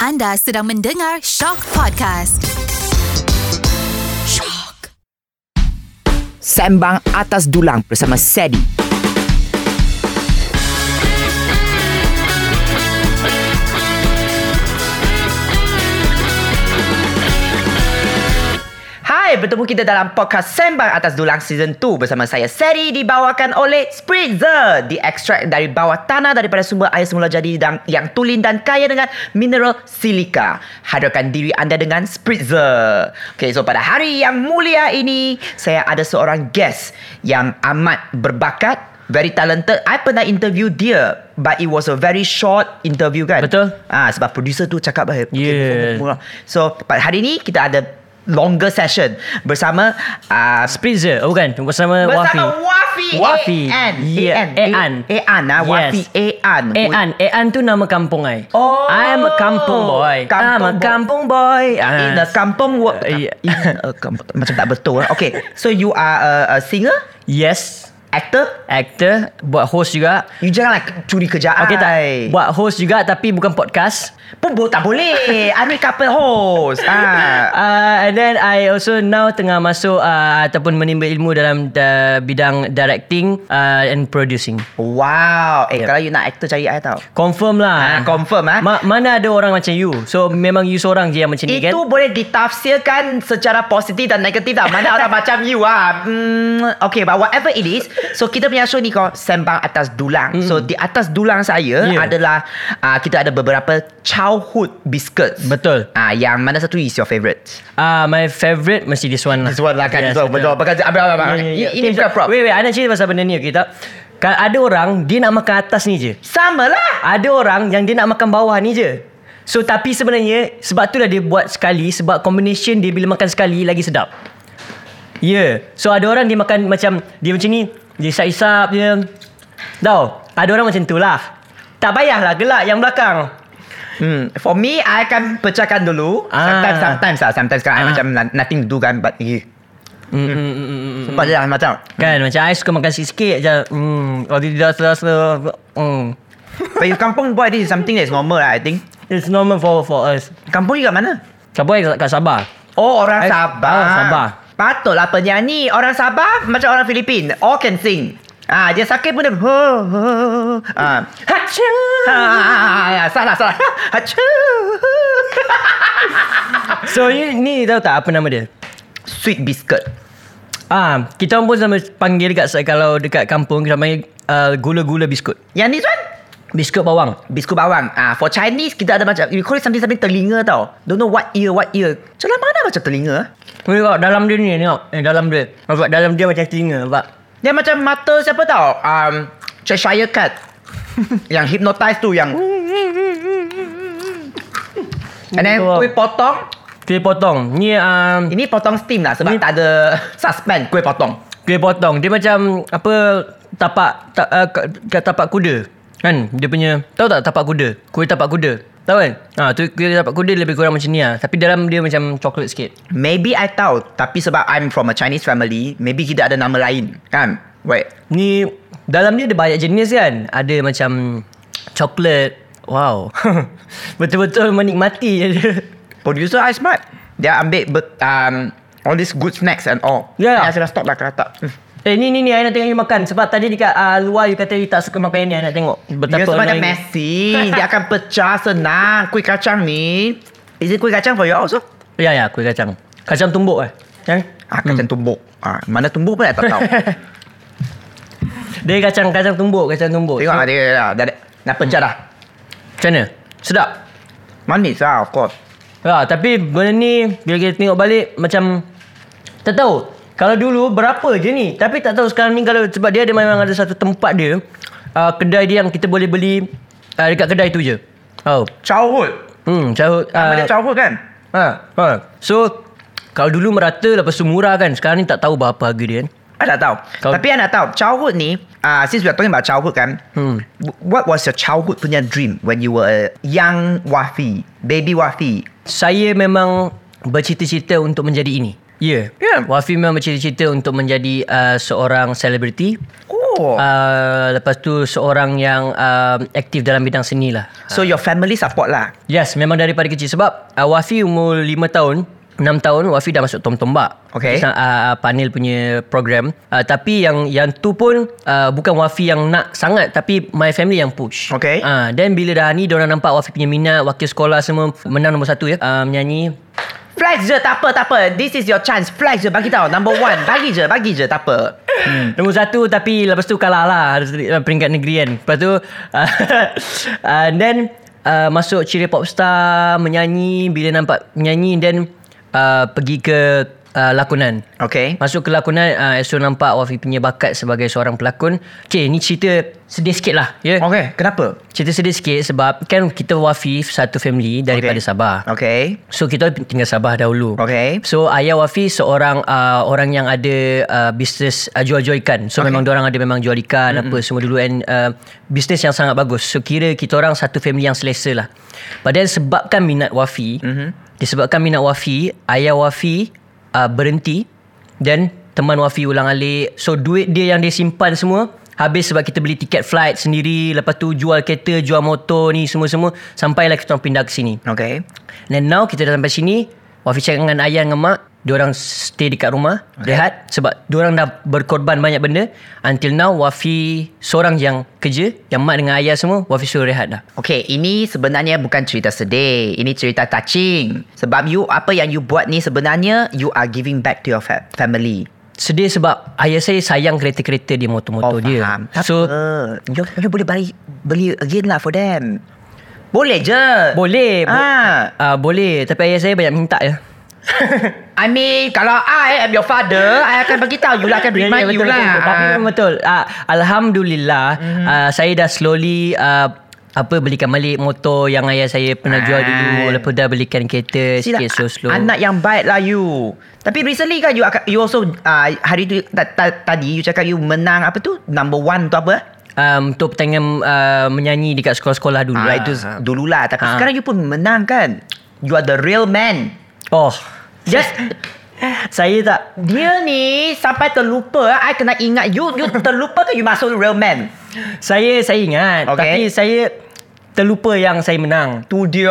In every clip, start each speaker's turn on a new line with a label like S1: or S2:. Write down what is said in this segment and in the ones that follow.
S1: Anda sedang mendengar Shock Podcast. Shock.
S2: Sembang Atas Dulang bersama Sedi. Hai, bertemu kita dalam podcast Sembang Atas Dulang Season 2 bersama saya Seri dibawakan oleh Spritzer. Diekstrak dari bawah tanah daripada sumber air semula jadi dan, yang tulen dan kaya dengan mineral silika. Hadirkan diri anda dengan Spritzer. Okay, so pada hari yang mulia ini, saya ada seorang guest yang amat berbakat, very talented. I pernah interview dia But it was a very short interview kan
S3: Betul.
S2: Ah Sebab producer tu cakap "Eh, okay,
S3: Yeah.
S2: murah." So pada hari ni kita ada longer session bersama uh,
S3: Spritzer Oh bukan Bersama,
S2: bersama Wafi
S3: Wafi.
S2: A-N
S3: Yeah,
S2: A-N
S3: A-An.
S2: A-An ah, Wafi
S3: Yes.
S2: A-An
S3: Ean Ean tu nama kampung I
S2: Oh.
S3: I'm a kampung boy
S2: Kampung
S3: I'm a
S2: boy.
S3: kampung boy Ah.
S2: In a kampung wo-
S3: Uh,
S2: in
S3: yeah.
S2: a kampung Macam tak betul ah. Okay So you are a, a singer
S3: Yes
S2: Actor
S3: Actor Buat host juga
S2: You janganlah curi kerjaan
S3: Okay tak Buat host juga Tapi bukan podcast
S2: Pun bo- tak boleh Ani couple host ah.
S3: Uh, and then I also now tengah masuk uh, ataupun menimba ilmu dalam uh, bidang directing uh, and producing.
S2: Wow Eh
S3: Yep.
S2: kalau you nak actor cari I tau
S3: Confirm lah.
S2: Ah, confirm, ah.
S3: Ma- mana ada orang macam you. So memang you seorang je yang macam ni kan?
S2: Itu boleh ditafsirkan secara positif dan negatif tak Mana orang macam you ah. Hmm, okay but whatever it is So kita punya show ni kau Sembang atas dulang So di atas dulang saya
S3: Hmm. Yeah.
S2: adalah uh, Kita ada beberapa childhood biscuits
S3: Betul.
S2: Ah, Yang mana satu is your favourite
S3: Ah, uh, my favorite mesti this one
S2: This
S3: lah.
S2: one lah kan So betul Bukan ambil ambil ambil Ini bukan prop
S3: Wait, wait. Ana cerita pasal benda ni, okay tak? Kalau ada orang, dia nak makan atas ni je.
S2: Sama lah
S3: Ada orang yang dia nak makan bawah ni je. So, tapi sebenarnya, sebab tu lah dia buat sekali. Sebab combination dia bila makan sekali, lagi sedap. Ya. Yeah. So, ada orang dia makan macam, dia macam ni, dia isap-isap je. Tau, ada orang macam tu lah. Tak payahlah gelak yang belakang.
S2: hmm. For me I akan pecahkan dulu
S3: Ah.
S2: Sometimes Sometimes lah Sometimes kan I
S3: Ah.
S2: macam na- Nothing to do kan But eh,
S3: Mm, mm, mm, mm, mm.
S2: Sebab dia lah macam
S3: Kan, macam I suka makan sikit-sikit je. Hmm, kalau dia dah selesa, hmm.
S2: But you kampung boy This is something that is normal lah I think
S3: It's normal for for us.
S2: Kampung you kat mana?
S3: Siapa yang kat Sabah?
S2: Oh orang
S3: Eh,
S2: Sabah
S3: ah, Sabah.
S2: Patutlah penyanyi Orang Sabah Macam orang Filipin All can sing Ah dia sakit pun dia ho ho ah hachu ah, salah salah hachu
S3: So ni, ni tahu tak apa nama dia?
S2: sweet biscuit
S3: Ah, kita orang pun sama panggil dekat kalau dekat kampung kita panggil uh, gula-gula biskut.
S2: yang ni tuan
S3: Biskut bawang.
S2: biskut bawang ah for Chinese kita ada macam you call it something something telinga tau don't know what ear what ear celah mana macam telinga eh?
S3: Ni tengok dalam dia ni tengok. Eh, dalam dia. Nampak dalam dia macam telinga nampak.
S2: dia macam mata siapa tau um Cheshire cat yang hypnotize tu yang and then
S3: Betul.
S2: kuih potong
S3: Kuih potong. Ni um,
S2: Ini potong steam lah sebab
S3: Ini-
S2: tak ada suspend kuih potong.
S3: kuih potong. Dia macam apa tapak ta, uh, kat- kat tapak kuda. Kan dia punya tahu tak tapak kuda? Kuih tapak kuda. Tahu kan? Ah tu kuih tapak kuda lebih kurang macam ni lah. Tapi dalam dia macam coklat sikit.
S2: Maybe I tahu tapi sebab I'm from a Chinese family, maybe kita ada nama lain kan? Wait.
S3: Ni dalam dia ada banyak jenis kan. Ada macam coklat. Wow. Betul-betul menikmati je dia.
S2: Producer I smart. Dia ambil ber, um, all these good snacks and all.
S3: Ya.
S2: I sudah stop lah kalau tak. Hmm.
S3: Eh ni ni ni I nak tengok you makan sebab tadi dekat uh, luar you kata you tak suka makan ini I nak tengok
S2: Dia
S3: betapa
S2: sebab dia
S3: annoying.
S2: messy. dia akan pecah senang. Kuih kacang ni. Is it kuih kacang for you also?
S3: Ya ya kuih kacang. Kacang tumbuk eh. Kan?
S2: Ah, kacang tumbuk. Ah, mana tumbuk pun I tak tahu.
S3: Dia kacang kacang tumbuk, kacang tumbuk.
S2: Tengok lah
S3: So,
S2: dia dah, dah, dah, dah pecah dah.
S3: Macam mana? Sedap.
S2: Manis lah of course.
S3: Ya, tapi benda ni bila kita tengok balik macam tak tahu. Kalau dulu berapa je ni, tapi tak tahu sekarang ni kalau sebab dia ada memang ada satu tempat dia, uh, kedai dia yang kita boleh beli uh, dekat kedai tu je. Oh.
S2: Childhood.
S3: Hmm, cahut.
S2: Nama dia
S3: Uh,
S2: childhood kan?
S3: ha, ha. So kalau dulu merata lepas tu murah kan. Sekarang ni tak tahu berapa harga dia kan.
S2: I tak tahu. Kau...
S3: Kau-
S2: Tapi I nak tahu, childhood ni, uh, since we are talking about childhood kan, hmm. what was your childhood punya dream when you were a young Wafi, baby Wafi?
S3: Saya memang bercita-cita untuk menjadi ini. Ya.
S2: Ya.
S3: Yeah. Wafi memang bercita-cita untuk menjadi uh, seorang ah, selebriti.
S2: Oh. Oh.
S3: Uh, lepas tu seorang yang uh, aktif dalam bidang seni lah.
S2: so your family support lah.
S3: Yes, memang daripada kecil sebab uh, Wafi umur 5 tahun, 6 tahun Wafi dah masuk Tom Tombak.
S2: Okay.
S3: Sa- Uh, panel punya program. Uh, tapi yang yang tu pun uh, bukan Wafi yang nak sangat tapi my family yang push.
S2: Okay.
S3: Uh, then bila dah ni diorang nampak Wafi punya minat, wakil sekolah semua menang nombor satu ya uh, menyanyi.
S2: Flex je tak apa tak apa. This is your chance. Flex je bagi tahu number one. Bagi je bagi je tak apa.
S3: Hmm. Nombor satu tapi lepas tu kalah lah uh, peringkat negeri kan. Lepas tu uh, uh, then uh, masuk Ciri Popstar, menyanyi, bila nampak menyanyi then uh, pergi ke uh, lakonan.
S2: Okay.
S3: Masuk ke lakonan uh, Astro nampak Wafi punya bakat sebagai seorang pelakon. Okay, ni cerita sedih sikit lah. Ya. Yeah?
S2: Okay, kenapa?
S3: Cerita sedih sikit sebab kan kita Wafi satu family daripada
S2: Okay.
S3: Sabah.
S2: Okay.
S3: So kita tinggal Sabah dahulu.
S2: Okay.
S3: So ayah Wafi seorang uh, orang yang ada uh, bisnes uh, jual-jual ikan. So
S2: Okay.
S3: okay. memang orang ada memang jual ikan mm-hmm. apa semua dulu and uh, bisnes yang sangat bagus. So kira kita orang satu family yang selesa lah. Padahal sebabkan minat Wafi, mm-hmm. disebabkan minat Wafi, ayah Wafi uh, berhenti dan teman Wafi ulang alik. So duit dia yang dia simpan semua Habis sebab kita beli tiket flight sendiri Lepas tu jual kereta, jual motor ni semua-semua Sampailah kita orang pindah ke sini
S2: Okay.
S3: And now kita dah sampai sini Wafi cakap dengan ayah dengan mak Diorang stay dekat rumah okay. Rehat Sebab diorang dah berkorban banyak benda Until now Wafi Seorang yang kerja Yang mak dengan ayah semua Wafi suruh rehat dah
S2: Okay, ini sebenarnya bukan cerita sedih. Ini cerita touching. Sebab you apa yang you buat ni sebenarnya you are giving back to your fa- family.
S3: Sedih sebab Ayah saya sayang kereta-kereta dia Motor-motor dia
S2: Oh, faham. Tak
S3: So
S2: apa. You, you boleh beli beli again lah for them. Boleh je.
S3: Boleh bo-
S2: Ah.
S3: uh, Boleh Tapi ayah saya banyak minta ya
S2: I mean, kalau I am your father, I akan bagi tahu you lah akan remind you
S3: Ya, betul,
S2: lah. Mhm.
S3: Betul, betul. Tapi
S2: Ah.
S3: memang betul. Ah, Alhamdulillah, mm-hmm. ah, saya dah slowly ah, apa belikan balik motor yang ayah saya pernah jual dulu.
S2: Ah.
S3: Lepas dah belikan kereta
S2: Sila,
S3: sikit slow slow.
S2: lah Anak yang baik lah you. Tapi recently kan you akan- you also uh, hari tu ta, ta, tadi you cakap you menang apa tu number one tu apa?
S3: um, untuk pertandingan ah, menyanyi dekat sekolah-sekolah dulu.
S2: Ah
S3: lah.
S2: itu dululah tapi
S3: Ah.
S2: sekarang you pun menang kan. You are the real man.
S3: Oh.
S2: Just
S3: saya tak
S2: dia ni sampai terlupa. I kena ingat you you terlupa ke you masuk real man.
S3: saya saya ingat
S2: Okay.
S3: tapi saya terlupa yang saya menang.
S2: Tu dia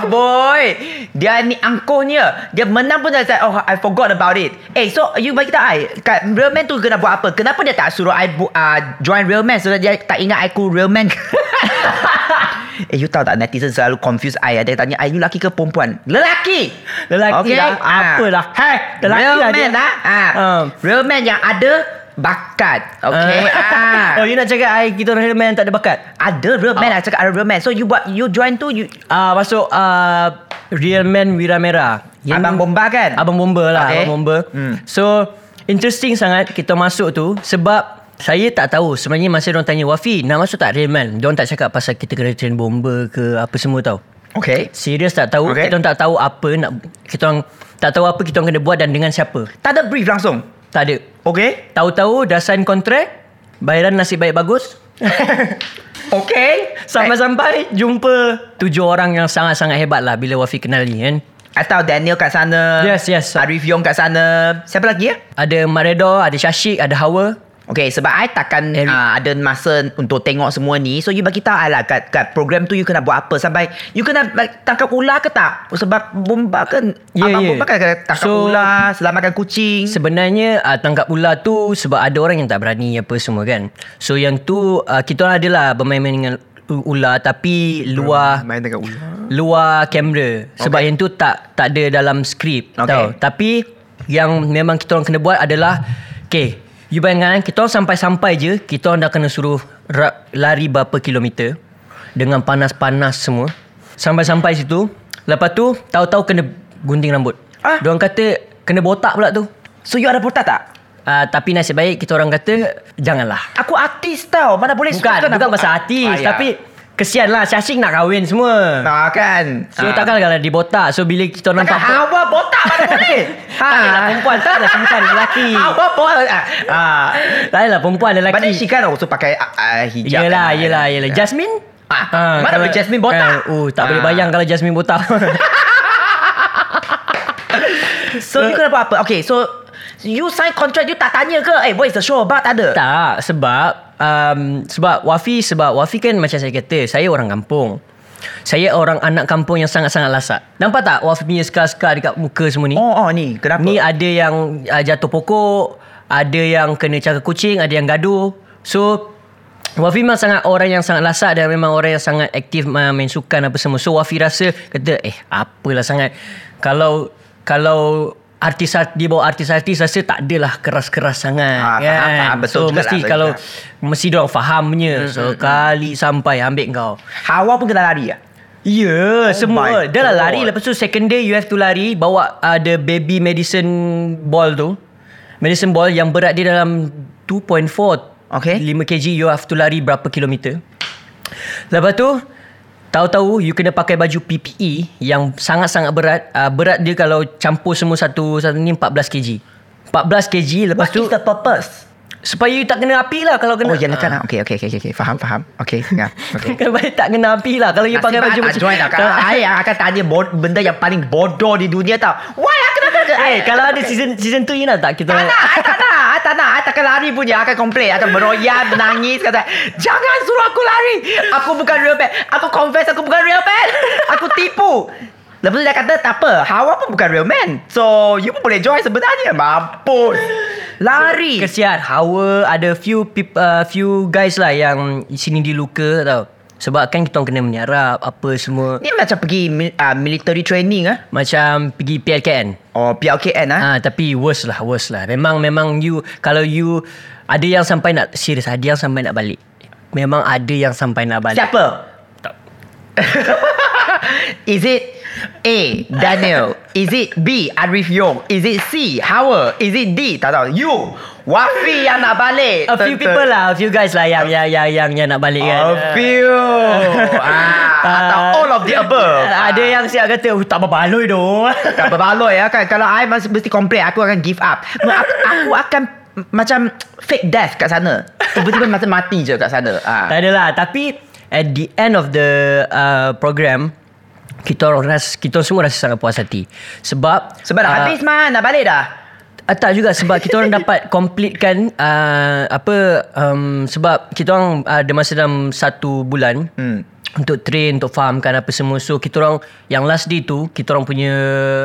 S2: Aboy Dia ni angkuhnya Dia menang pun dah Oh I forgot about it Eh so you bagi tahu I kat Real Man tu kena buat apa Kenapa dia tak suruh I bu- uh, Join Real Man So dia tak ingat aku Real Man Eh you tahu tak Netizen selalu confuse I Dia tanya I you lelaki ke perempuan Lelaki ah.
S3: Lelaki dah, apalah. Hei, lelaki
S2: Real
S3: lah
S2: Man
S3: dia.
S2: lah ah.
S3: Um.
S2: Real Man yang ada Bakat Okay ah.
S3: oh, you nak cakap I kita orang Hillman tak ada bakat?
S2: Ada real man I
S3: Ah.
S2: cakap ada real man So you buat You join tu you
S3: Ah uh, masuk uh, Real Man Wira Merah. Yang-
S2: Abang Bomba kan?
S3: Abang Bomba lah,
S2: Okay.
S3: okay. Abang Bomba.
S2: Hmm.
S3: Hmm. So interesting sangat kita masuk tu sebab saya tak tahu sebenarnya masa orang tanya Wafi nak masuk tak Real Man. Diorang tak cakap pasal kita kena train bomba ke apa semua tau.
S2: Okay.
S3: Serius tak tahu.
S2: Okay.
S3: Okay. Kita orang tak tahu apa nak kita orang tak tahu apa kita orang kena buat dan dengan siapa.
S2: Tak ada brief langsung.
S3: Tak ada.
S2: Okay.
S3: Tahu-tahu dah sign kontrak, bayaran nasib baik bagus.
S2: Okay.
S3: Sampai-sampai jumpa tujuh orang yang sangat-sangat hebat lah bila Wafi kenali kan.
S2: Atau Daniel kat sana.
S3: Yes, yes.
S2: Arif Yong kat sana. Siapa lagi ya?
S3: Ada Mat Redo, ada Syashik, ada Hawa.
S2: Okay, sebab I takkan
S3: Eric.
S2: uh, ada masa untuk tengok semua ni. So, you bagi tahu I lah kat, kat program tu you kena buat apa. Sampai you kena ba- tangkap ular ke tak? Oh, Sebab bomba kan.
S3: Ya,
S2: abang
S3: ya.
S2: bomba kan kena tangkap
S3: So-
S2: ular, selamatkan kucing.
S3: Sebenarnya uh, tangkap ular tu sebab ada orang yang tak berani apa semua kan. So yang tu uh, kita orang adalah bermain-main dengan u- ular tapi luar
S2: Ah, Main tangkap ular.
S3: luar kamera sebab
S2: Okay.
S3: yang tu tak tak ada dalam skrip
S2: Okay.
S3: okay. tau. Tapi yang memang kita orang kena buat adalah okay you bayangkan eh, kita orang sampai-sampai je kita orang dah kena suruh ra- lari berapa kilometer dengan panas-panas semua. Sampai-sampai situ lepas tu tahu-tahu kena gunting rambut.
S2: Ah.
S3: Ah. Diorang kata kena botak pula tu.
S2: So, you ada botak tak?
S3: Uh, tapi nasib baik kita orang kata janganlah.
S2: Aku artis tau. Mana boleh
S3: Bukan
S2: suka nak
S3: bukan
S2: botak.
S3: pasal artis
S2: Eh, Ah, ya.
S3: tapi kesianlah Syashik nak kahwin semua.
S2: Ah, kan.
S3: So takkan kalau dibotak So bila kita
S2: Takkan Ah.
S3: nampak
S2: awak botak mana boleh?
S3: Tak payah lah perempuan Tak lah perempuan Lelaki
S2: Awak botak. Ah.
S3: Tak payah lah perempuan
S2: But then
S3: Lelaki
S2: she kan also pakai uh, hijab.
S3: Yelah
S2: kan?
S3: Yelah Yelah Jasmine
S2: Ah, mana boleh Jasmine botak?
S3: uh, Tak
S2: Ah.
S3: boleh bayang Kalau Jasmine botak uh,
S2: So, you kena buat apa? Okay, so You sign contract You tak tanya ke Eh what is the show about Tak ada
S3: Tak sebab um, sebab Wafi sebab Wafi kan macam saya kata saya orang kampung. Saya orang anak kampung yang sangat-sangat lasak. Nampak tak Wafi punya skar-skar dekat muka semua ni?
S2: Oh oh ni Kenapa
S3: Ni ah, ada yang uh, jatuh pokok, ada yang kena cakar kucing, ada yang gaduh. So Wafi memang sangat orang yang sangat lasak dan memang orang yang sangat aktif uh, main sukan apa semua. So Wafi rasa kata eh apalah sangat kalau kalau artis di bawah artis-artis rasa tak adalah keras-keras sangat
S2: Ah,
S3: kan.
S2: faham, faham. Betul
S3: so
S2: juga lah,
S3: mesti
S2: betul
S3: kalau
S2: juga.
S3: mesti dia orang fahamnya. So kali sampai ambil kau.
S2: Hawa pun kena lari ya?
S3: Ya, yeah, oh
S2: my
S3: semua. Dah lah
S2: God.
S3: lari. Lepas tu second day you have to lari. Bawa uh, the baby medicine ball tu. Medicine ball yang berat dia dalam 2.4.
S2: Okay.
S3: 5 kg you have to lari berapa kilometer. Lepas tu, tahu-tahu you kena pakai baju PPE yang sangat-sangat berat. Uh, berat dia kalau campur semua satu satu ni 14 kg. 14 kg lepas
S2: What
S3: tu
S2: is the purpose
S3: supaya you tak kena api lah kalau
S2: Oh
S3: kena.
S2: yalah kan Okay okay okay, okay, okay. Faham faham Okay ya, Okay
S3: Kalau tak kena api lah Kalau you pakai baju
S2: Nasib baik tak join lah, tau Kalau I yang ya, akan tanya bod- Benda yang paling bodoh di dunia tau Why ah, aku nak kena
S3: Eh, kalau ada season season 2 you nak tak kita
S2: Tak nak, I tak nak, I tak nak, I takkan lari punya. I akan komplain, I akan meroyan, menangis, kata, jangan suruh aku lari. Aku bukan real fan. Aku confess aku bukan real fan. Aku tipu. Lepas tu dia kata, tak apa, Hawa pun bukan real man. So, you pun boleh join sebenarnya. Mampus. Lari.
S3: Kesian Hawa ada few peop, uh, few guys lah yang sini diluka tau. Sebab kan kita orang kena menyarap apa semua.
S2: Ni macam pergi mi- ah, military training ah.
S3: Macam pergi PLKN.
S2: Oh, PLKN ah.
S3: Ha, tapi worse lah, worse lah. Memang memang you kalau you ada yang sampai nak serius, ada yang sampai nak balik. Memang ada yang sampai nak balik.
S2: Siapa? Is it A. Daniel Is it B. Arif Yong Is it C. Hawa Is it D. Tak tahu You Wafi yang nak balik
S3: A few people lah, a few guys lah yang yang yang yang, yang nak balik kan.
S2: A few ah, Atau all of the above
S3: Ada yang siap kata, "Oh, tak berbaloi doh.
S2: Tak berbaloi ya kan Kalau I masih mesti complain Aku akan give up aku, aku akan Macam Fake death kat sana Tiba-tiba macam mati je kat sana ah.
S3: Tak adalah Tapi At the end of the uh, Program Kita orang ras, Kita semua rasa sangat puas hati Sebab
S2: Sebab dah
S3: ah,
S2: habis man Nak balik dah
S3: ah, Tak juga Sebab kita orang dapat Completekan uh, Apa um, Sebab Kita orang Ada masa dalam Satu bulan
S2: Hmm.
S3: Untuk train Untuk fahamkan apa semua So kita orang Yang last day tu Kita orang punya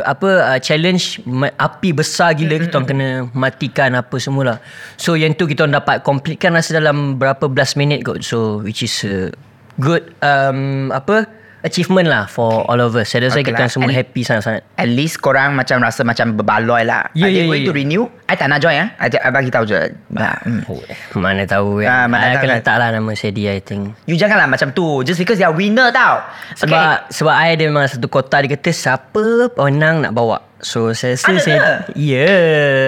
S3: Apa uh, Challenge ma- Api besar
S2: Hmm,
S3: gila Kita orang kena Matikan apa semua lah So yang tu kita orang dapat Completekan rasa dalam Berapa belas minit kot So which is a Good um, Apa Achievement lah For all of us Saya rasa
S2: Okay
S3: okay kita
S2: lah.
S3: orang semua
S2: And-
S3: happy sangat-sangat
S2: At least korang macam rasa macam berbaloi lah. Are
S3: Ya,
S2: they
S3: ya,
S2: going
S3: ya,
S2: to
S3: ya.
S2: renew? I tak nak join ah. I, I bagi tahu je. Nah, hmm.
S3: Oh, eh, Mana tahu kan
S2: Ah,
S3: ah,
S2: mana
S3: Mana
S2: tahu
S3: akan
S2: kan.
S3: letak lah nama Sedi I think
S2: You janganlah macam tu. Just because they are winner tau.
S3: Sebab okay. Sebab I ada memang satu kota Dia kata siapa Penang nak bawa So saya rasa
S2: Ada
S3: saya, Ya yeah.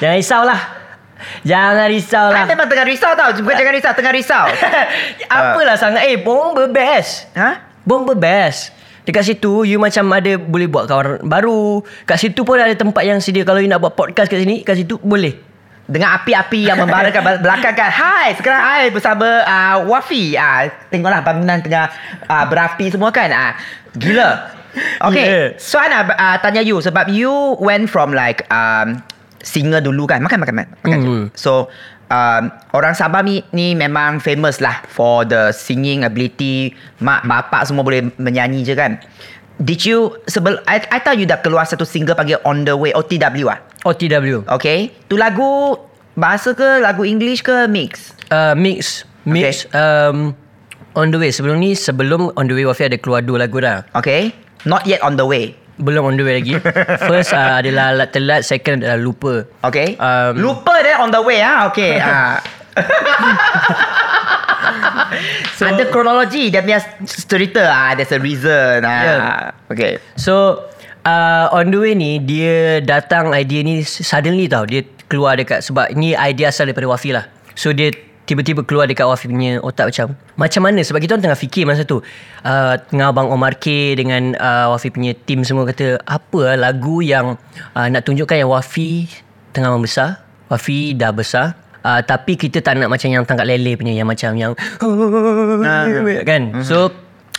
S3: Jangan risaulah Jangan lah. risaulah
S2: Okay. I memang tengah risau tau. Bukan jangan risau, tengah risau. Ah.
S3: Apalah sangat Eh bomba best
S2: ha?
S3: Bomba best Dekat situ You macam ada Boleh buat kawan baru Kat situ pun ada tempat yang sedia Kalau you nak buat podcast kat sini Kat situ boleh
S2: Dengan api-api yang membara kat belakang kan. Hai, sekarang I bersama uh, Wafi. Uh, tengoklah bangunan tengah uh, berapi semua kan. Uh, gila. Okay, yeah.
S3: Yeah.
S2: so I nak uh, tanya you. Sebab you went from like um, singer dulu kan. Makan, makan, makan. makan je.
S3: Mm.
S2: So, um, orang Sabah ni, ni memang famous lah for the singing ability. Mak, bapak semua boleh menyanyi je kan. Did you, sebel, I, I tahu you dah keluar satu single panggil On The Way, OTW ah.
S3: OTW
S2: Okay Tu lagu Bahasa ke Lagu English ke Mix
S3: Uh, mix mix okay. um on the way sebelum ni sebelum on the way Wafi ada keluar dua lagu dah.
S2: Okay Not yet on the way
S3: Belum on the way lagi. First uh, adalah Lat telat, second adalah lupa.
S2: Okay um,
S3: Um,
S2: Lupa dia on the way ah. Okay ah. so, Ada kronologi Dia punya cerita ah. There's a reason ah.
S3: Yeah.
S2: Okay
S3: So uh, on the way ni dia datang idea ni suddenly tau. Dia keluar dekat sebab ni idea asal daripada Wafi lah. So dia tiba-tiba keluar dekat Wafi punya otak macam macam mana sebab kita orang tengah fikir masa tu. Uh, tengah Abang Omar K dengan uh, Wafi punya team semua kata apa lah lagu yang uh, nak tunjukkan yang Wafi tengah membesar. Wafi dah besar. Uh,
S2: Mm-hmm.
S3: tapi kita tak nak macam yang tangkap lele punya yang macam yang kan. So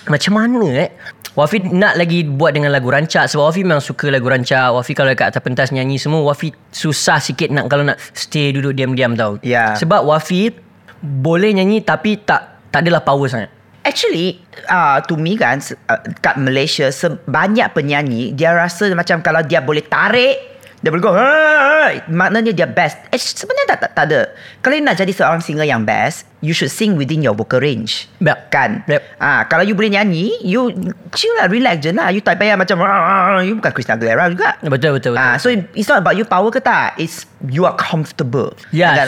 S3: Macam mana eh Wafi nak lagi buat dengan lagu rancak Sebab Wafi memang suka lagu rancak Wafi kalau kat atas pentas nyanyi semua Wafi susah sikit nak Kalau nak stay duduk diam-diam tau
S2: Ya.
S3: Sebab Wafi Boleh nyanyi tapi tak Tak adalah power sangat
S2: Actually, uh, to me kan, se- uh, kat Malaysia, sebanyak penyanyi, dia rasa macam kalau dia boleh tarik, dia boleh go, "Hey!" maknanya dia best. Eh, sebenarnya tak, tak, tak ada. Kalau you nak jadi seorang singer yang best, you should sing within your vocal range.
S3: Yep.
S2: Kan?
S3: Yep.
S2: Ah, kalau you boleh nyanyi, you chill lah, relax je lah. You tak payah macam, "Ah, ah, ah." you bukan Christina Aguilera juga.
S3: Betul betul betul
S2: Ah, so it- it's not about you power ke tak. It's you are comfortable.
S3: Yeah,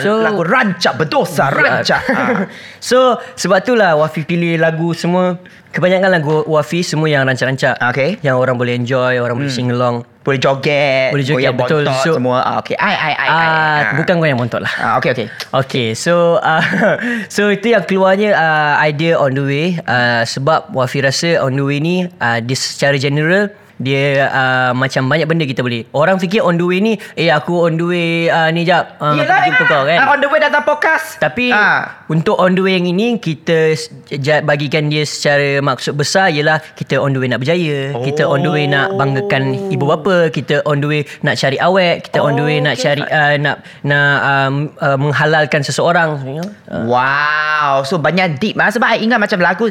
S2: Dengan
S3: so-
S2: lagu rancak berdosa, rancak. ah.
S3: So sebab tu lah Wafi pilih lagu semua Kebanyakan lagu Wafi semua yang rancak-rancak
S2: Okay.
S3: Yang orang boleh enjoy Orang boleh sing along
S2: Boleh joget
S3: Boleh joget,
S2: goyang
S3: betul.
S2: bontot
S3: So-
S2: semua ah, Okay I, I, I, I,
S3: Ah, Bukan kau yang montok lah
S2: ah, Okay okay
S3: Okay so uh, So itu yang keluarnya uh, Idea on the way uh, Sebab Wafi rasa on the way ni uh, Dia secara general dia uh, macam banyak benda kita boleh Orang fikir on the way ni Eh aku on the way uh, ni jap uh, Jumpa kau kan
S2: ah, On the way datang podcast
S3: Tapi
S2: ah.
S3: untuk on the way yang ini kita s- ja- bagikan dia secara maksud besar ialah kita on the way nak berjaya, oh. kita on the way nak banggakan ibu bapa, kita on the way nak cari awet, kita oh, on the way nak cari uh, nak nak um, uh, menghalalkan seseorang. You know?
S2: Wow So banyak deep ah. Sebab I ingat macam lagu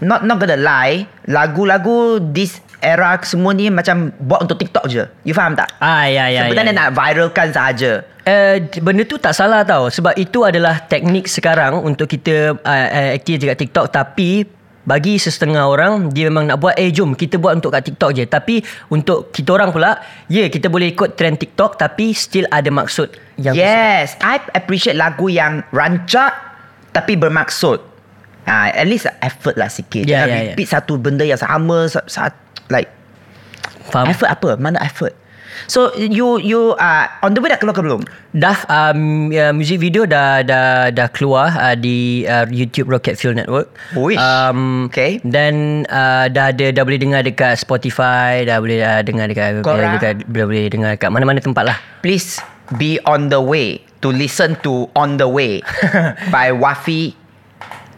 S2: Not not gonna lie Lagu-lagu This era semua ni Macam buat untuk TikTok je You faham tak?
S3: Ah ya ya.
S2: Sebenarnya
S3: ya, ya.
S2: nak viralkan saja.
S3: Uh, benda tu tak salah tau sebab itu adalah teknik sekarang untuk kita uh, uh, aktif dekat TikTok tapi bagi sesetengah orang dia memang nak buat eh jom kita buat untuk kat TikTok je tapi untuk kita orang pula ya yeah, kita boleh ikut trend TikTok tapi still ada maksud yang
S2: Yes I appreciate lagu yang Rancak Tapi bermaksud ah, At least effort lah sikit Jangan
S3: Yeah, yeah, yeah.
S2: repeat satu benda yang sama sa- sa- Like
S3: faham
S2: Effort apa? Mana effort? So you you uh, on the way dah keluar ke belum?
S3: dah um, uh, music video dah dah dah keluar uh, di uh, YouTube Rocket Fuel Network
S2: Uish. Okay.
S3: dan uh, dah ada dah boleh dengar dekat Spotify dah boleh uh, dengar dekat,
S2: Korang.
S3: dekat dah boleh dengar dekat mana-mana tempat lah
S2: Please be on the way to listen to On the Way by Wafi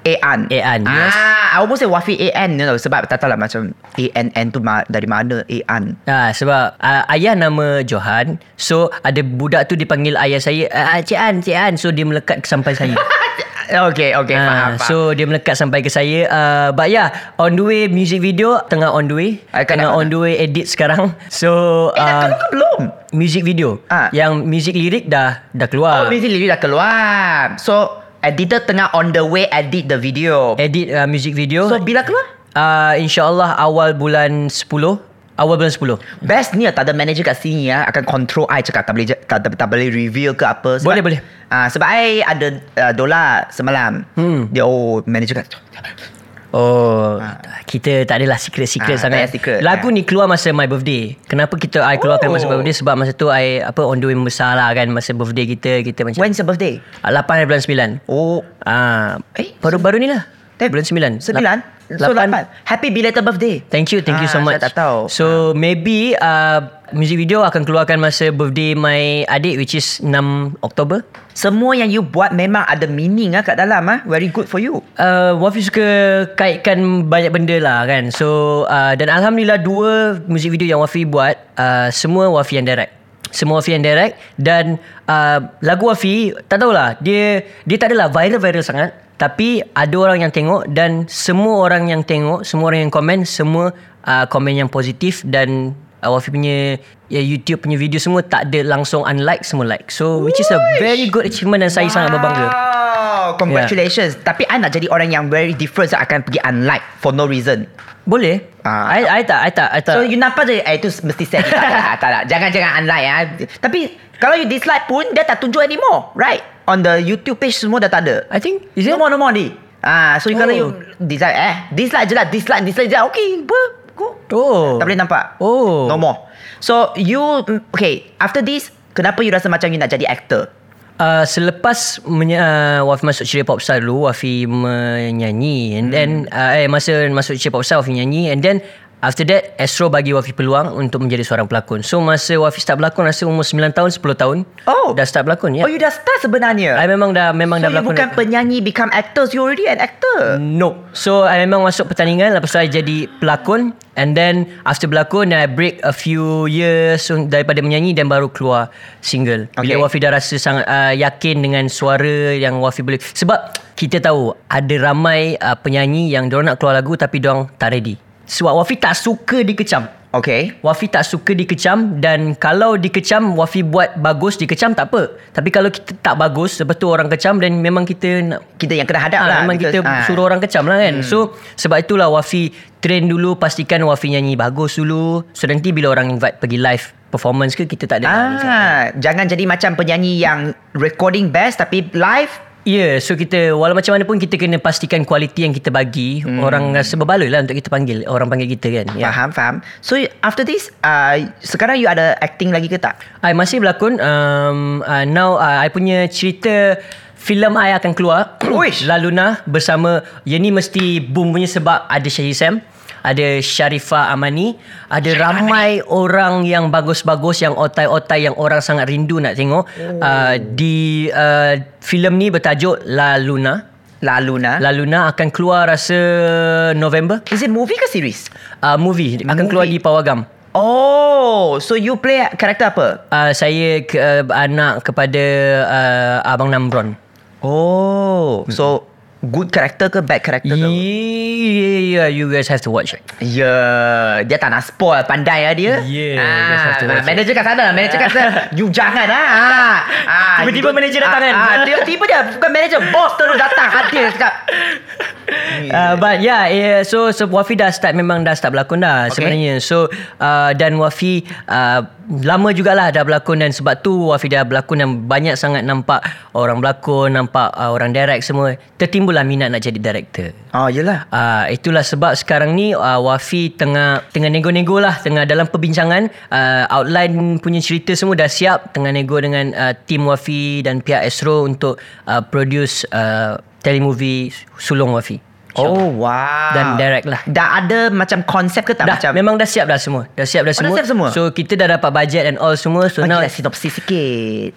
S2: An. ah,
S3: Aan, yes.
S2: I almost say Wafi An, you know, sebab tak tahu lah macam An tu ma- dari mana An.
S3: Ah, sebab uh, ayah nama Johan So ada budak tu dipanggil ayah saya ah, ah, Cik An, Cik An So dia melekat sampai saya
S2: Okay, okay,
S3: ah,
S2: faham, faham.
S3: So dia melekat sampai ke saya uh, But yeah, on the way music video Tengah on the way
S2: Ah, kena-
S3: Tengah on the way edit sekarang So
S2: eh, dah
S3: uh,
S2: keluar ke belum?
S3: Music video
S2: Ah.
S3: Yang music lirik dah
S2: Oh,
S3: dah keluar
S2: music lyric dah keluar. So, editor tengah on the way edit the video.
S3: Edit uh, music video
S2: So, bila keluar?
S3: uh, InsyaAllah awal bulan 10 Awal bulan 10
S2: Best ni tak ada manager kat sini ya akan control I cakap tak boleh je- tak, tak, tak boleh reveal ke apa sebab,
S3: Boleh, boleh.
S2: Ah uh, sebab I ada uh, dolar semalam. Hmm. Dia oh manager kat
S3: Oh, kita tak adalah
S2: Ha. Ah, tak
S3: secret-secret sangat.
S2: payah secret.
S3: Lagu
S2: Ah.
S3: ni keluar masa my birthday. Kenapa kita I keluarkan
S2: Oh.
S3: masa birthday sebab masa tu I apa on the way besar lah kan masa birthday kita kita macam
S2: When's your birthday?
S3: 8 bulan 9.
S2: Oh
S3: Ah,
S2: Eh,
S3: baru-baru ni lah.
S2: Eh,
S3: bulan 9.
S2: sembilan. So lapan. Happy belated birthday.
S3: Thank you, thank you so
S2: Ah,
S3: much.
S2: Saya tak tahu.
S3: So maybe uh, music video akan keluarkan masa birthday my adik which is 6 Oktober.
S2: Semua yang you buat memang ada meaning ah kat dalam ah. Very good for you.
S3: uh, Wafi suka kaitkan banyak benda lah kan So uh, dan Alhamdulillah dua music video yang Wafi buat uh, Semua Wafi yang direct semua Wafi yang direct Dan uh, lagu Wafi Tak tahulah Dia dia tak adalah viral-viral sangat Tapi ada orang yang tengok Dan semua orang yang tengok Semua orang yang komen Semua uh, komen yang positif Dan uh, Wafi punya ya, YouTube punya video semua Tak ada langsung unlike Semua like So which is a very good achievement Dan saya sangat berbangga
S2: Wow, congratulations. Tapi I nak jadi orang yang very different so I akan pergi unlike for no reason.
S3: Boleh.
S2: Ah.
S3: I, I tak, I tak, I tak.
S2: So you nampak je eh, Itu mesti set Tak lah, tak lah. Jangan jangan unlike ya. Tapi Kalau you dislike pun Dia tak tunjuk anymore Right On the YouTube page Semua dah tak ada
S3: I think is it?
S2: No more no more ni Ah, So you kalau
S3: Oh.
S2: you Dislike eh Dislike je lah Dislike dislike je lah Okay apa Go.
S3: Oh.
S2: Tak boleh nampak
S3: Oh.
S2: No more So you mm, Okay After this Kenapa you rasa macam You nak jadi actor
S3: Uh, selepas menye- uh, Wafi masuk Ceria Popstar
S2: Hmm.
S3: dulu Wafi menyanyi and then uh, eh masa masuk Ceria Popstar Wafi menyanyi and then After that, Astro bagi Wafi peluang untuk menjadi seorang pelakon. So, masa Wafi start berlakon, rasa umur 9 tahun, 10 tahun.
S2: Oh.
S3: Dah start berlakon,
S2: Oh,
S3: ya.
S2: you dah start sebenarnya.
S3: I memang dah memang
S2: so,
S3: dah
S2: you
S3: berlakon.
S2: bukan penyanyi become actors. You already an actor.
S3: No. So I memang masuk pertandingan lepas tu I jadi pelakon and then after berlakon then I break a few years un- daripada menyanyi dan baru keluar single.
S2: Okay.
S3: Bila Wafi dah rasa sangat uh, yakin dengan suara yang Wafi boleh sebab kita tahu ada ramai uh, penyanyi yang diorang nak keluar lagu tapi diorang tak ready. Sebab Wafi tak suka dikecam.
S2: Okay.
S3: Wafi tak suka dikecam dan kalau dikecam Wafi buat bagus dikecam tak apa. Tapi kalau kita tak bagus lepas tu orang kecam dan memang kita nak
S2: Kita yang kena hadap
S3: Ah,
S2: lah.
S3: memang kita
S2: ah.
S3: suruh orang kecam lah kan. Hmm. So sebab itulah Wafi train dulu pastikan Wafi nyanyi bagus dulu. So nanti bila orang invite pergi live performance ke kita tak ada. nak nyanyi.
S2: Ah, jangan jadi macam penyanyi yang recording best tapi live
S3: Ya, yeah, so kita walau macam mana pun kita kena pastikan kualiti yang kita bagi hmm. orang rasa berbaloi lah untuk kita panggil orang panggil kita kan. Ya.
S2: yeah. faham faham. So after this, uh, sekarang you ada acting lagi ke tak?
S3: I masih berlakon um, uh, Now uh, I punya cerita filem I akan keluar
S2: Uish.
S3: Laluna bersama Yang ni mesti boom punya sebab Ada Syahi Sam Ada Sharifah Amani Ada ramai orang yang bagus-bagus Yang otai-otai Yang orang sangat rindu nak tengok
S2: Oh.
S3: uh, Di uh, filem ni bertajuk Laluna
S2: Lalu nah.
S3: Laluna akan keluar rasa November
S2: Is it movie ke series?
S3: uh, Movie akan
S2: Movie.
S3: keluar di Pawagam
S2: Oh, so you play karakter apa?
S3: Uh, saya ke, uh, anak kepada uh, Abang Namron.
S2: Oh, so good character ke bad character
S3: Yeah,
S2: ke?
S3: yeah, yeah, you guys have to watch it.
S2: Yeah, dia tak nak spoil pandai lah dia.
S3: Yeah, just have to
S2: Ah,
S3: watch
S2: manager kat sana, manager kat sana. you jangan ah. ah. ah.
S3: Tiba-tiba
S2: you-
S3: manager datang,
S2: ah,
S3: kan?
S2: Ah, tiba-tiba dia bukan manager, boss terus datang hadir cakap.
S3: Uh, but yeah, yeah so, so Wafi dah start memang dah start berlakon dah
S2: Okay.
S3: okay. sebenarnya. So uh, dan Wafi uh, lama jugalah dah berlakon dan sebab tu Wafi dah berlakon dan banyak sangat nampak orang berlakon, nampak uh, orang direct semua. Tertimbullah minat nak jadi director.
S2: Oh, yelah.
S3: Uh, itulah sebab sekarang ni uh, Wafi tengah tengah nego-nego lah tengah dalam perbincangan uh, outline punya cerita semua dah siap tengah nego dengan uh, tim Wafi dan pihak Astro untuk uh, produce uh, telemovie Sulung Wafi.
S2: Oh, wow.
S3: Dan direct lah.
S2: Dah ada macam konsep ke tak?
S3: dah
S2: macam,
S3: memang dah siap dah semua. Dah siap dah
S2: Oh, dah
S3: semua.
S2: siap semua? Oh,
S3: So kita dah dapat budget and all semua. So now
S2: Bagilah sinopsis sikit.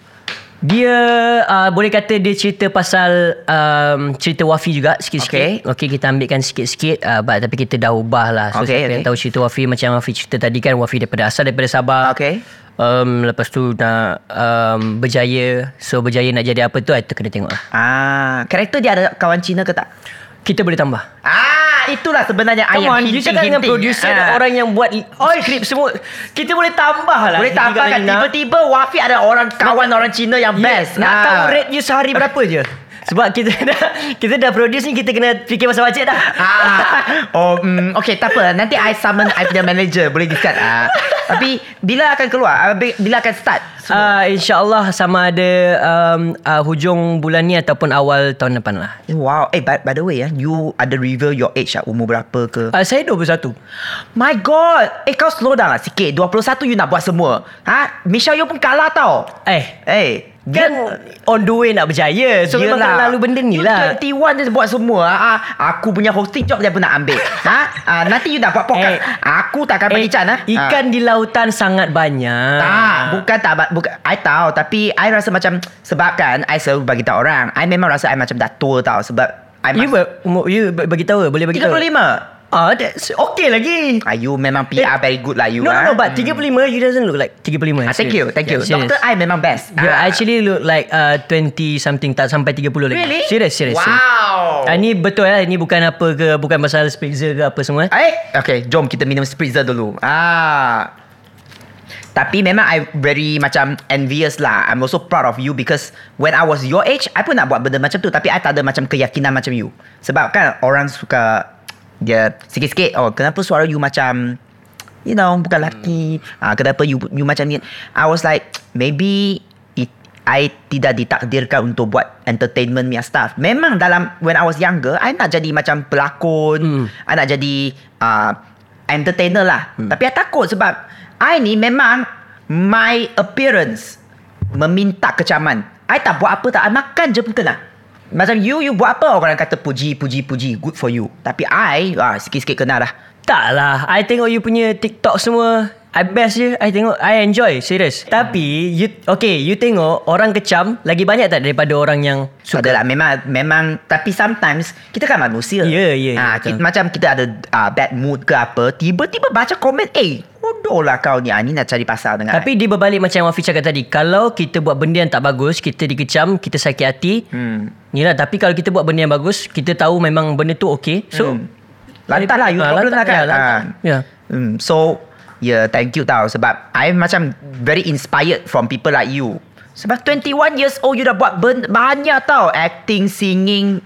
S3: Dia uh, boleh kata dia cerita pasal um, cerita Wafi juga sikit-sikit. Okay. okay kita ambilkan sikit-sikit uh, but tapi kita dah ubah lah.
S2: Okay,
S3: So okay, siapa okay. yang
S2: okay.
S3: tahu cerita Wafi macam Wafi cerita tadi kan Wafi daripada asal daripada Sabah.
S2: Okay.
S3: Um, lepas tu nak um, berjaya. So berjaya nak jadi apa tu itu kena tengok lah.
S2: Ah, karakter dia ada kawan Cina ke tak?
S3: Kita boleh tambah.
S2: Ah, itulah sebenarnya
S3: Come
S2: ayam
S3: on, you cakap dengan producer
S2: Ah.
S3: ada orang yang buat oil clip semua. Kita boleh tambah lah.
S2: boleh tambahkan tiba-tiba Wafi ada orang kawan orang Cina yang best.
S3: Nak
S2: Ah.
S3: tahu rate you sehari berapa je? Sebab kita dah kita dah produce ni kita kena fikir pasal budget dah.
S2: Ah. Oh, mm, okay, tak apa. Nanti I summon I punya manager. Boleh discuss. Ah. Tapi, bila akan keluar? Ah, bi- Bila akan start?
S3: Uh, InsyaAllah sama ada um, uh, hujung bulan ni ataupun awal tahun depan lah.
S2: Wow. Eh, by, by the way, ya, you ada reveal your age ah, umur berapa ke?
S3: Uh, saya 21.
S2: My God. Eh, kau slow down lah sikit. 21 you nak buat semua. Ha? Michelle, you pun kalah tau.
S3: Eh,
S2: Eh,
S3: kan
S2: dia-
S3: on the way nak berjaya. So memang
S2: Yelah.
S3: tak lalu benda ni lah.
S2: You 21 dia buat semua ah, Aku punya hosting job dia pun nak ambil ha? ah, Nanti you dah buat podcast
S3: Eh.
S2: Aku tak akan pergi can ah.
S3: Ikan di lautan sangat banyak.
S2: ah. Tak Bukan tak ba- bukan, I tahu Tapi I rasa macam Sebab kan I selalu bagi tahu orang I memang rasa I macam dah tua tau Sebab I mas-
S3: You, ber, Ya, umur, you ber- bagi tahu boleh bagi tahu.
S2: 35
S3: Ah, that's okay lagi.
S2: Ah, you memang PR very good lah you
S3: Eh, No,
S2: ah.
S3: no, no, but 35 you doesn't look like
S2: ah,
S3: 35.
S2: Thank you Thank you
S3: Serious.
S2: Doktor I memang best
S3: You
S2: Ah.
S3: actually look like uh, 20 something tak sampai 30 lagi.
S2: Really?
S3: Serious, serious. serious.
S2: Wow
S3: Ah, ni betul lah. Ini bukan apa ke, bukan pasal spritzer ke apa semua.
S2: Eh, okay, jom kita minum spritzer dulu. Ah. Tapi memang I very macam envious lah. I'm also proud of you because when I was your age, I pun nak buat benda macam tu. Tapi I tak ada macam keyakinan macam you. Sebab kan orang suka dia sikit-sikit, oh kenapa suara you macam you know, bukan lelaki. Ah, kenapa you you macam ni? I was like, maybe it, I tidak ditakdirkan untuk buat entertainment punya stuff. Memang dalam when I was younger, I nak jadi macam pelakon, I nak jadi uh, entertainer lah. Tapi I takut sebab I ni memang my appearance meminta kecaman. I tak buat apa tak, I makan je pun kena. Macam you, you buat apa orang kata puji, puji, puji. Good for you. Tapi I, ah, sikit-sikit kena lah.
S3: Tak lah I tengok you punya TikTok semua I best je I tengok I enjoy Serius Tapi you, Okay you tengok Orang kecam Lagi banyak tak Daripada orang yang
S2: Suka.
S3: Suka
S2: Adalah memang memang tapi sometimes kita kan manusia.
S3: Ya, ya, ya,
S2: Ah,
S3: betul.
S2: kita, macam kita ada uh, bad mood ke apa, tiba-tiba baca komen, "Eh, bodoh lah kau ni. Ah, ni nak cari pasal dengan."
S3: Tapi dia berbalik macam yang Wafi cakap tadi Kalau kita buat benda yang tak bagus Kita dikecam Kita sakit hati
S2: Hmm.
S3: Yelah tapi kalau kita buat benda yang bagus Kita tahu memang benda tu okay So
S2: Hmm. Lantar lah You
S3: Ah,
S2: problem lah
S3: lantar,
S2: kan
S3: ya, lantar.
S2: Ah.
S3: Ya.
S2: Hmm, So Yeah thank you tau Sebab I macam Very inspired From people like you Sebab 21 years old You dah buat ben- Banyak tau Acting Singing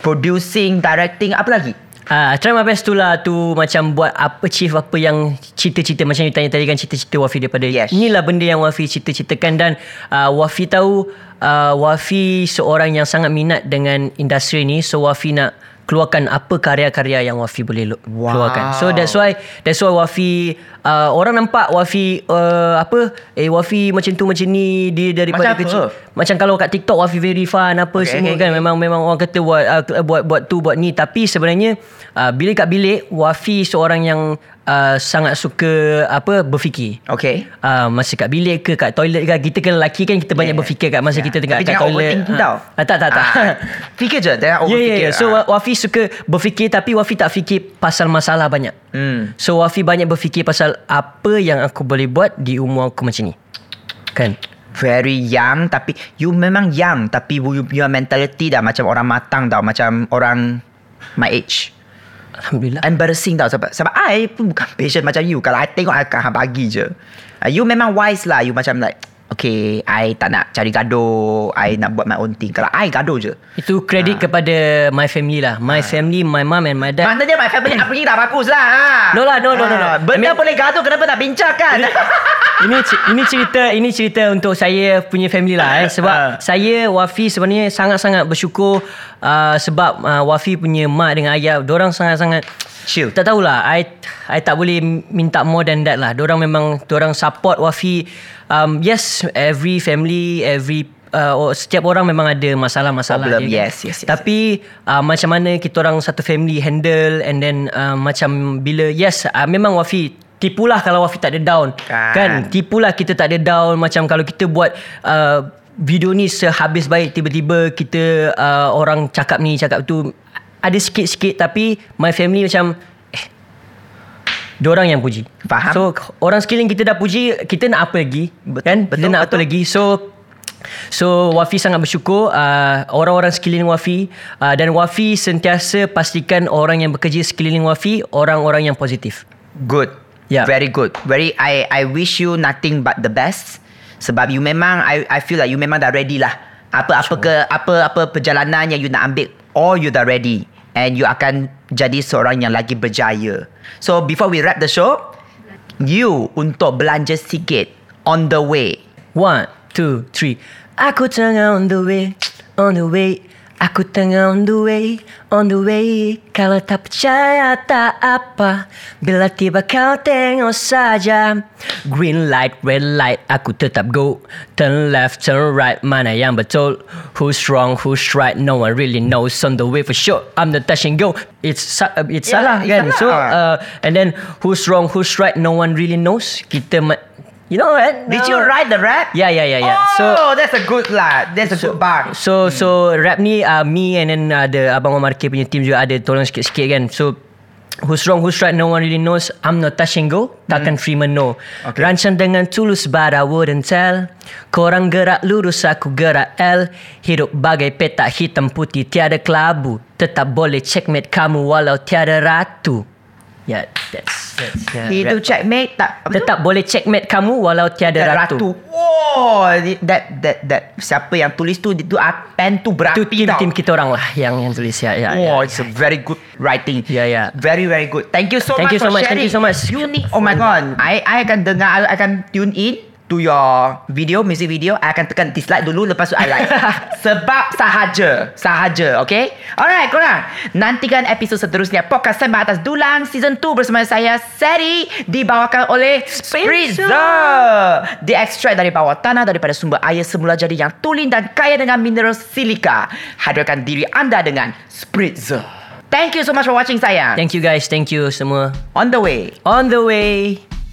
S2: Producing Directing Apa lagi
S3: Ah, uh, try my best tu lah tu macam buat apa achieve apa yang cita-cita macam you tanya tadi kan cita-cita Wafi daripada
S2: Yes.
S3: inilah benda yang Wafi cita-citakan dan uh, Wafi tahu uh, Wafi seorang yang sangat minat dengan industri ni so Wafi nak keluarkan apa karya-karya yang Wafi boleh lu-
S2: Wow.
S3: keluarkan. So that's why that's why Wafi uh, orang nampak Wafi uh, apa eh Wafi macam tu macam ni dia
S2: Macam
S3: daripada
S2: apa?
S3: kecil macam kalau kat TikTok Wafi very fun apa
S2: Okay,
S3: okay, semua
S2: okay,
S3: kan memang memang orang kata buat uh, buat buat tu buat ni tapi sebenarnya uh, bila kat bilik Wafi seorang yang uh, sangat suka apa berfikir.
S2: Okay
S3: Uh, masa kat bilik ke kat toilet ke kita kan lelaki kan kita banyak
S2: Yeah.
S3: berfikir kat masa
S2: Yeah.
S3: kita tengah
S2: Ya. Tapi
S3: kat
S2: jangan
S3: toilet.
S2: overthinking tau
S3: Ah, tak tak tak.
S2: Ah, Fikir je Jangan
S3: Ya ya
S2: overfikir
S3: ya. So
S2: Ah.
S3: Wa- Wafi suka berfikir tapi Wafi tak fikir pasal masalah banyak.
S2: Hmm.
S3: So Wafi banyak berfikir pasal apa yang aku boleh buat di umur aku macam ni. Kan?
S2: very young tapi you memang young tapi you, your mentality dah macam orang matang tau macam orang my age
S3: Alhamdulillah.
S2: embarrassing tau sebab sebab I pun bukan patient macam you kalau I tengok I akan bagi je uh, you memang wise lah you macam like okay I tak nak cari gaduh I nak buat my own thing kalau I gaduh je Ah.
S3: Itu kredit kepada my family lah. My family, my mum and my dad.
S2: Maknanya my family upbringing dah bagus lah ha.
S3: No lah, no, no, no, no.
S2: Ah, Benda
S3: I mean-
S2: boleh gaduh Kenapa tak bincangkan
S3: ini ce- ini cerita ini cerita untuk saya punya family lah eh
S2: Ah.
S3: sebab saya Wafi sebenarnya sangat-sangat bersyukur uh, sebab uh, Wafi punya mak dengan ayah orang sangat-sangat
S2: Chill.
S3: Tak tahulah I I tak boleh minta more than that lah. Orang memang orang support Wafi um, yes every family every Uh, or- setiap orang memang ada masalah-masalah
S2: Problem,
S3: dia kan.
S2: yes, yes, yes.
S3: Tapi uh, macam mana kita orang satu family handle and then uh, macam bila yes uh, memang Wafi tipulah kalau Wafi tak ada down
S2: Kan.
S3: kan tipulah kita tak ada down macam kalau kita buat uh, video ni sehabis baik tiba-tiba kita uh, orang cakap ni cakap tu ada sikit-sikit tapi my family macam eh diorang yang puji
S2: Faham.
S3: so orang sekeliling kita dah puji kita nak apa lagi
S2: Bet-
S3: kan
S2: betul,
S3: kita nak
S2: betul.
S3: apa lagi so So Wafi sangat bersyukur uh, orang-orang sekeliling Wafi uh, dan Wafi sentiasa pastikan orang yang bekerja sekeliling Wafi orang-orang yang positif.
S2: Good.
S3: Yeah.
S2: Very good. Very I I wish you nothing but the best. Sebab you memang I I feel like you memang dah ready lah. Apa-apa ke apa-apa perjalanan yang you nak ambil all you dah ready and you akan jadi seorang yang lagi berjaya. So before we wrap the show, you untuk belanja sikit on the way.
S3: One, two, three. Aku tengah on the way, on the way. Aku tengah on the way, on the way. Kalau tak percaya tak apa, bila tiba kau tengok saja. Green light, red light, aku tetap go. Turn left, turn right, mana yang betul? Who's wrong, who's right? No one really knows. On the way for sure, I'm the touch and go. It's sa- uh, it's
S2: Yeah,
S3: salah
S2: it's
S3: kan?
S2: salah.
S3: So uh, and then who's wrong, who's right? No one really knows. Kita, ma- you know what?
S2: Did
S3: No.
S2: you write the rap?
S3: Yeah, yeah, yeah, yeah. ya, So
S2: Oh, that's a good lah. That's a good bar.
S3: so so rap ni uh, me and then ada abang Omar K punya team juga ada tolong sikit-sikit kan. So Who's wrong, who's right, no one really knows. I'm not touching go, takkan Freeman know.
S2: Hmm. Okay.
S3: Rancang dengan tulus, but I wouldn't tell. Korang gerak lurus, aku gerak L. Hidup bagai peta hitam putih, tiada kelabu. Tetap boleh checkmate kamu walau tiada ratu. Yeah, that's, that's yeah.
S2: Itu
S3: rap.
S2: checkmate tak? apa tu?
S3: Tetap boleh checkmate kamu walau tiada
S2: Dan
S3: ratu.
S2: ratu. Wow, that that that siapa yang tulis tu itu pen tu berapi
S3: Itu tim
S2: tau.
S3: tim kita orang lah yang yang tulis ya ya. ya.
S2: Wow, it's a very good writing.
S3: Ya, ya.
S2: Very very good. Thank you so
S3: Thank
S2: much
S3: you so
S2: for
S3: much,
S2: sharing.
S3: thank you so much.
S2: You need. Oh my god. I I akan dengar. I akan tune in to your video, music video. I akan tekan dislike dulu lepas tu I like. Sebab sahaja. Sahaja, okay? Alright, korang. Nantikan episod seterusnya Podcast Sembang Atas Dulang Season 2 bersama saya Seri dibawakan oleh Spritzer. Diekstrak dari bawah tanah daripada sumber air semula jadi yang tulen dan kaya dengan mineral silika. Hadirkan diri anda dengan Spritzer. Thank you so much for watching saya.
S3: Thank you guys. Thank you semua.
S2: On the way.
S3: On the way.